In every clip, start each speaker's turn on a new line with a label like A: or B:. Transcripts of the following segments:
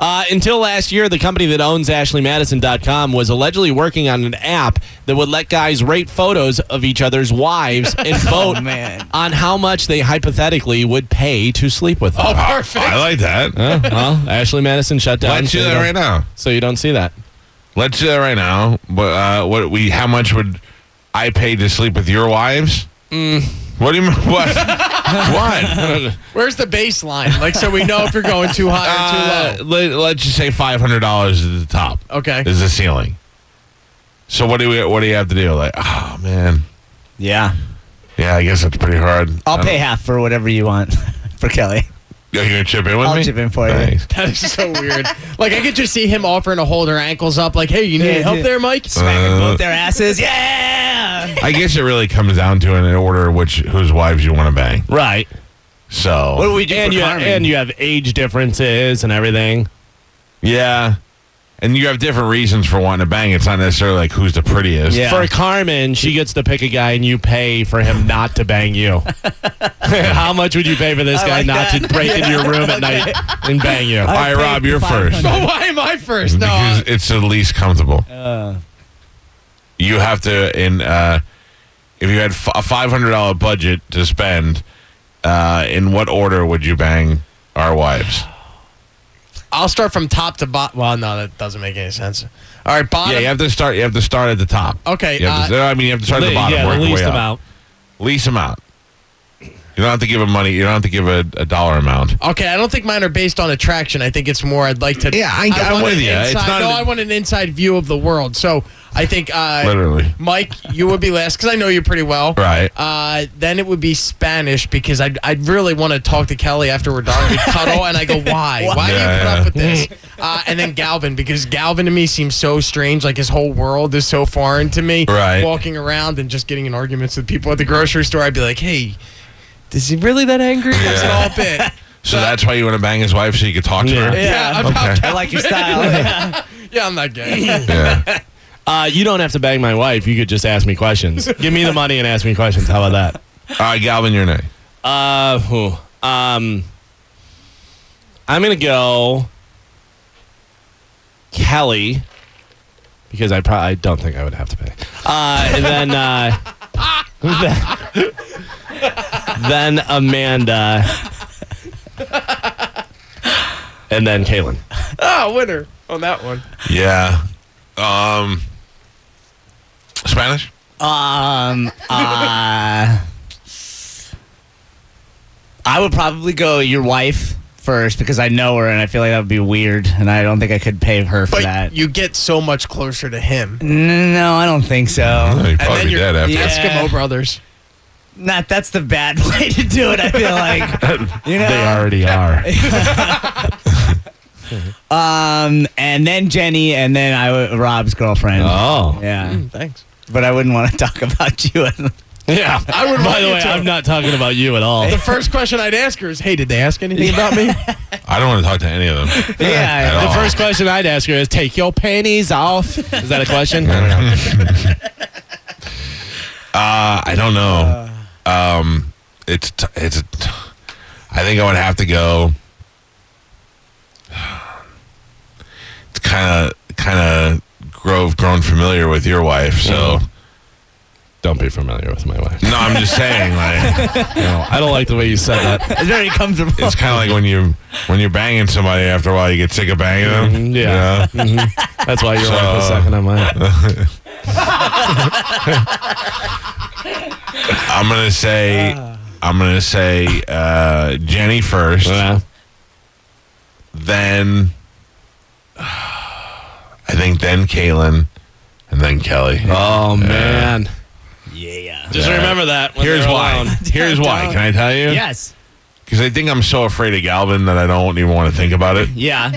A: Uh, until last year, the company that owns AshleyMadison.com was allegedly working on an app that would let guys rate photos of each other's wives and vote
B: Oh, man.
A: on how much they hypothetically would pay to sleep with them.
C: Oh, perfect. I like that.
A: Uh, well, Ashley Madison shut down.
C: Let's
A: so
C: do
A: you
C: that
A: don't-
C: right now.
A: So you don't see that.
C: Let's do that right now. But uh, what we? How much would I pay to sleep with your wives?
A: Mm.
C: What do you mean? What? what?
D: Where's the baseline? Like, so we know if you're going too high or
C: Uh,
D: too low.
C: let, let's just say five hundred dollars is the top.
D: Okay.
C: is the ceiling. So what do we? What do you have to do? Like, oh man,
B: Yeah.
C: yeah, I guess that's pretty hard.
B: I'll
C: I
B: pay half for whatever you want for Kelly.
C: don't- You're oh, gonna chip in with
B: I'll
C: me?
B: chip in for you.
C: Thanks.
D: That is so weird. Like, I could just see him offering to hold her ankles up, like, hey, you need
B: Yeah,
D: help
B: yeah.
D: there, Mike?
B: Smacking
C: Uh.
B: both their asses. Yeah.
C: I guess it really comes down to an order which whose wives you want to bang.
A: Right.
C: So
B: What do we do
A: And
B: for
A: you,
B: Carmen?
A: and you have age differences and everything.
C: yeah, and you have different reasons for wanting to bang. It's not necessarily like who's the prettiest.
B: Yeah.
A: For Carmen, she gets to pick a guy and you pay for him not to bang you. How much would you pay for this
B: I
A: guy
B: like
A: not to
B: that.
A: break into your room at night and bang you?
C: All right,
B: paid
C: Rob, you're first.
B: 500.
D: Oh, why am I first? No.
C: because
D: I-
C: it's the least comfortable.
B: Uh,
C: you have to in uh, if you had f- a five hundred dollar budget to spend, uh, in what order would you bang our wives?
D: I'll start from top to bottom. Well, no, that doesn't make any sense. All right, bottom.
C: Yeah, you have to start. You have to start at the top.
D: Okay, uh,
C: You have to- I mean, you have to start at the bottom.
A: yeah,
C: work
A: the
C: your
A: least
C: way up.
A: amount.
C: Lease them out. You don't have to give them money. You don't have to give a, a dollar amount.
D: Okay, I don't think mine are based on attraction. I think it's more I'd like to.
C: Yeah, I- I'm
D: want
C: with
D: an
C: you. It's
D: Inside,
C: not
D: no,
C: an-
D: I want an inside view of the world. So I think uh,
C: Literally.
D: Mike, you would be last because I know you pretty well.
C: Right.
D: Uh, then it would be Spanish because I'd, I'd really want to talk to Kelly after we're done. We'd cuddle, and I go, why? Why
C: Yeah,
D: do you put
C: yeah.
D: up with this? Uh, and then Galvin because Galvin to me seems so strange. Like his whole world is so foreign to me.
C: Right.
D: Walking around and just getting in arguments with people at the grocery store, I'd be like, hey, is he really that angry? Or Is it all a bit?
C: So that's why you want to bang his wife so you could talk to
B: Yeah.
C: her.
D: Yeah, about
C: Okay.
B: I like your style.
D: Yeah, I'm not gay.
C: Yeah.
A: Uh, you don't have to bang my wife. You could just ask me questions. Give me the money and ask me questions. How about
C: All right, Galvin, your name.
A: that? Uh, who? Um, I'm gonna go Kelly because I probably don't think I would have to pay. Uh, and then uh, then, then Amanda, and then Kaylin.
D: oh, winner on that one.
C: Yeah. Um. Spanish.
B: um, uh, I would probably go your wife first because I know her and I feel like that would be weird and I don't think I could pay her for
D: But
B: that.
D: you get so much closer to him.
B: N- no, I don't think
C: Oh,
B: so.
C: you'd probably be
D: you're
C: dead after.
D: the
B: Yeah.
D: Eskimo brothers.
B: Not that's the bad way to do it. I feel like you know.
A: They already are.
B: Um, and then Jenny, and then I w- Rob's girlfriend.
A: Oh,
B: Yeah,
D: Thanks.
B: but I wouldn't want to talk about you.
A: yeah.
D: I would
A: By
D: want
A: the
D: you
A: way,
D: to.
A: I'm not talking about you at all.
D: The first question I'd ask her is, "Hey, did they ask anything about me?"
C: I don't want to talk to any of them.
B: yeah.
C: At
A: The
C: all.
A: first question I'd ask her is, "Take your panties off." Is that a question?
C: Uh, I don't know. um, it's t- it's. T- I think I would have to go. It's kind of kind of grove grown familiar with your wife, so
A: Don't be familiar with my wife.
C: no, I'm just saying like
A: No, I don't like the way you said that.
B: It's very comfortable.
C: it's kind of like when you when you're banging somebody after a while you get sick of banging them.
A: Mhm, yeah. Mm-hmm.
C: you know?
A: That's why your
C: So-
A: wife was sucking on mine.
C: I'm gonna say I'm gonna say uh, Jenny first.
A: Yeah.
C: then I think then Kalen and then Kelly.
A: Oh man.
B: yeah.
A: Just
C: Yeah.
A: remember that. when
C: Here's
A: they're
C: why.
A: alone.
C: Here's why. Can I tell you?
B: Yes.
C: Because I think I'm so afraid of Galvin that I don't even want to think about it.
B: Yeah.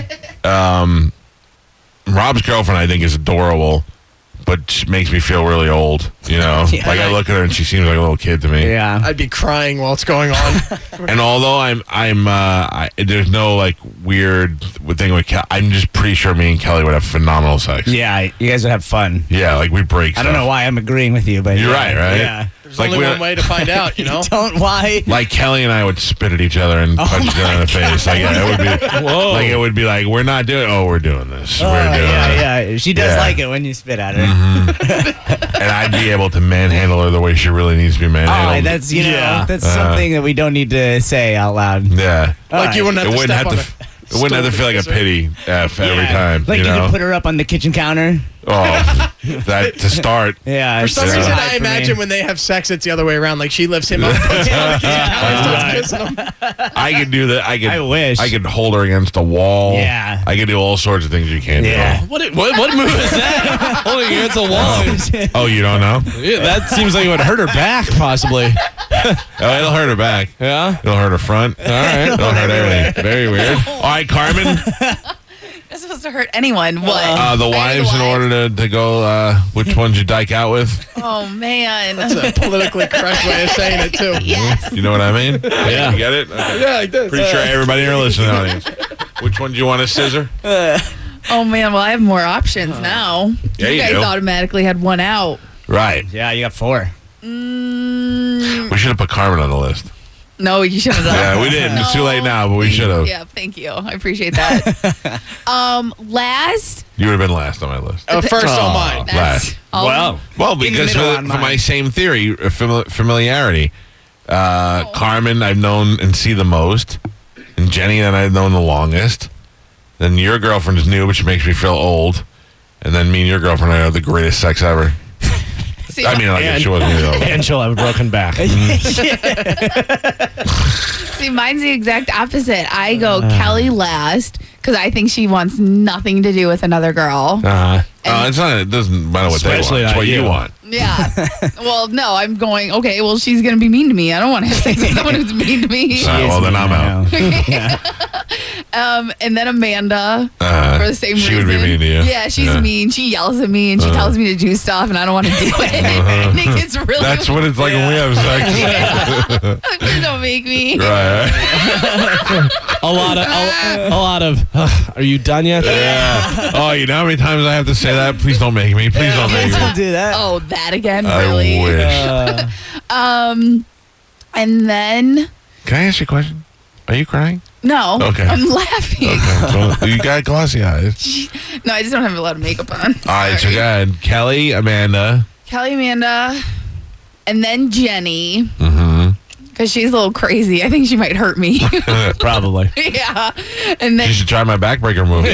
C: Rob's girlfriend, I think, is adorable, but she makes me feel really old. You know,
B: Yeah.
C: like I look at her and she seems like a little kid to me.
B: Yeah.
D: I'd be crying while it's going on.
C: And although I'm, I'm, uh, I, there's no like weird thing with Kelly. I'm just pretty sure me and Kelly would have phenomenal sex.
B: Yeah. You guys would have fun.
C: Yeah, like we break.
B: I don't
C: stuff.
B: know why I'm agreeing with you, but
C: You're
B: yeah.
C: right, right?
B: Yeah.
D: There's
C: Like
D: only
C: we're-
D: one way to find out, you know?
B: Don't why?
C: Like Kelly and I would spit at each other and
B: Oh
C: punch each other in the face. Like it would be, like it would be like we're not doing. Oh, we're doing this.
B: Oh,
C: we're doing it.
B: yeah, yeah. She does
C: Yeah.
B: like it when you spit at her.
C: And I'd be able to manhandle her the way she really needs to be
B: All right,
C: manhandled.
B: that's you know
D: Yeah.
B: that's
C: Uh,
B: something that we don't need to say out loud.
C: yeah.
B: All
D: Like you
B: right.
D: wouldn't
C: It
D: have to
C: wouldn't
D: step
C: have
D: on
C: to.
D: a
C: f- It wouldn't have to feel like a
D: Stool.
C: pity uh, F every
B: Yeah.
C: time.
B: Like
C: you
B: you,
C: know?
B: could put her up on the kitchen counter.
C: Oh, that to start.
B: Yeah.
D: For some
C: Yeah.
D: reason,
C: Right
D: I imagine when they have sex, it's the other way around. Like she lifts him up, puts him on the kitchen counter, and starts
B: Right.
D: kissing him.
C: I could do that. I could.
B: I wish.
C: I could hold her against a wall.
B: Yeah.
C: I could do all sorts of things you can't
B: Yeah.
C: do.
A: What, what, what move is that? Holding her against a wall.
B: when
C: Oh, you don't know?
A: Yeah, that seems like it would hurt her back, possibly.
C: Oh, it'll hurt her back.
A: Yeah.
C: It'll hurt her front. All
A: right.
C: It'll hurt everything. Very weird. All right, Carmen.
E: It's supposed to hurt anyone. What?
C: Uh, the
E: Are you
C: wives, in
E: wives?
C: order to, to go, uh, which ones you dike out with?
E: Oh man.
D: That's a politically correct way of saying it, too.
E: yes.
C: You know what I mean? Yeah. You get it? Okay.
D: Yeah, like this.
C: Pretty sure everybody in our listening audience. Which one do you want to scissor?
E: Oh man. Well, I have more options now.
C: Uh. Yeah, you
E: guys
C: do.
E: automatically had one out.
C: Right.
B: Yeah, you got four.
E: Mm,
C: We should have put Carmen on the list.
E: no, you should have done.
C: Yeah, we didn't. It's too late now, but we
E: Thank-
C: should have.
E: Yeah, thank you. I appreciate that. um, last.
C: You would have been last on my list.
D: Uh, first
C: Aw.
D: on mine.
E: That's
C: Oh, Last.
A: Um,
E: all-
C: Well, because for,
B: middle
C: the-
B: on
C: for my
B: mine.
C: same theory, uh, fami- familiarity. Uh, Carmen, I've known and see the most, and Jenny, that I've known the longest. Then your girlfriend is new, which makes me feel old. And then me and your girlfriend, I have the greatest sex ever.
E: See,
C: I mean, like, if
A: And-
C: she wasn't new. though.
A: And she'll have a broken back.
C: uh,
E: See, mine's the exact opposite. I go Kelly last because I think she wants nothing to do with another girl.
A: Uh,
C: Uh, it's not. It doesn't matter what they want.
A: Especially
C: It's
A: not
C: what you
A: you.
C: want.
E: Yeah. well, no, I'm going, okay, well, she's going to be mean to me. I don't want to have sex with someone who's mean to me.
C: Uh,
B: Yes,
C: well, then
B: we
C: I'm out.
B: know.
E: Um, and then Amanda,
C: Uh,
E: for the same
C: she would
E: reason.
C: be mean to you.
E: Yeah, she's
C: Yeah. Uh-huh.
E: mean. She yells at me and she tells me to do stuff, and I don't want to do it. and it gets really.
C: That's what it's like when we have sex.
E: Please don't make me.
C: right.
A: a lot of, a, a lot of. "Ugh, are you done yet?
C: Yeah. Oh, you know how many times I have to say that? Please don't make me. Please don't make me.
B: Don't do that.
E: Oh, that again? Really?
C: I wish.
A: Uh,
E: Um, and then,
C: Can I ask you a question? Are you crying?
E: no,
C: Okay.
E: I'm laughing.
C: Okay. so you got glossy eyes.
E: No, I just don't have a lot of makeup
C: All
E: on.
C: right, so
E: Sorry.
C: go ahead. Kelly, Amanda.
E: Kelly Amanda, and then Jenny,
C: Mm-hmm.
E: because she's a little crazy. I think she might hurt me.
A: probably.
E: yeah, and
C: you
E: then
C: should try my backbreaker move.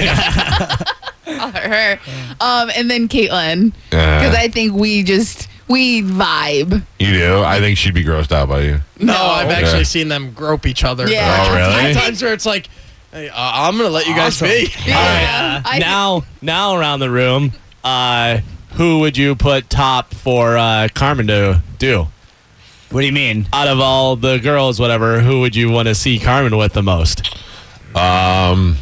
E: I'll hurt her, um, and then Caitlin, because
C: Uh,
E: I think we just we vibe.
C: you do? I think she'd be grossed out by you.
D: No, I've actually
C: Yeah.
D: seen them grope each other.
E: Yeah.
C: Oh, really?
D: There's Times where it's like, hey, uh, I'm going to let you guys
A: Awesome.
D: be.
E: Yeah, I,
A: now, now around the room, uh, who would you put top for uh, Carmen to do?
B: What do you mean?
A: Out of all the girls, whatever, who would you want to see Carmen with the most?
C: Um,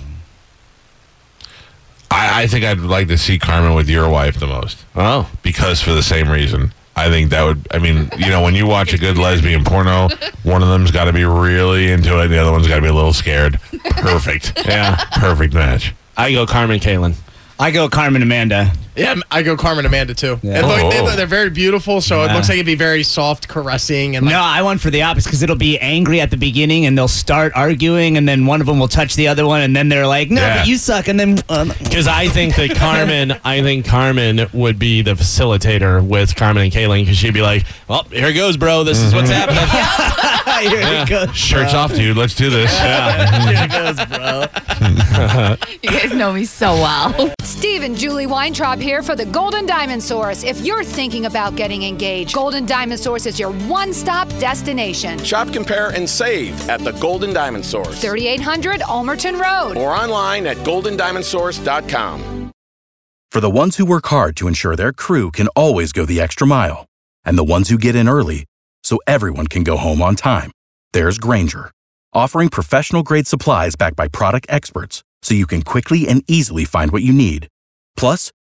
C: I, I think I'd like to see Carmen with your wife the most
A: Oh,
C: because for the same reason. I think that would, I mean, you know, when you watch a good lesbian porno, one of them's got to be really into it, and the other one's got to be a little scared. Perfect.
A: yeah.
C: Perfect match.
A: I go Carmen Kalen.
B: I go Carmen Amanda.
D: Yeah, I go Carmen Amanda too.
B: Yeah.
D: And
C: Oh.
D: look, they, they're very beautiful, so it
B: Yeah.
D: looks like it'd be very soft, caressing, and like,
B: No, I want for the opposite because it'll be angry at the beginning and they'll start arguing and then one of them will touch the other one and then they're like, no,
C: Yeah.
B: but you suck. And then um,
A: Because I think that Carmen, I think Carmen would be the facilitator with Carmen and Kaylin because she'd be like, "Well, here goes, bro. This is what's happening."
B: here it goes.
C: Shirts off, dude. Let's do this.
B: Here it goes, bro.
E: you guys know me so well.
F: Steve and Julie Weintraub here for the Golden Diamond Source. If you're thinking about getting engaged, Golden Diamond Source is your one stop destination.
G: Shop, compare, and save at the Golden Diamond Source
F: 3800 Almerton Road.
G: or online at goldendiamondsource.com.
H: For the ones who work hard to ensure their crew can always go the extra mile, and the ones who get in early so everyone can go home on time, there's Granger, offering professional grade supplies backed by product experts so you can quickly and easily find what you need. Plus,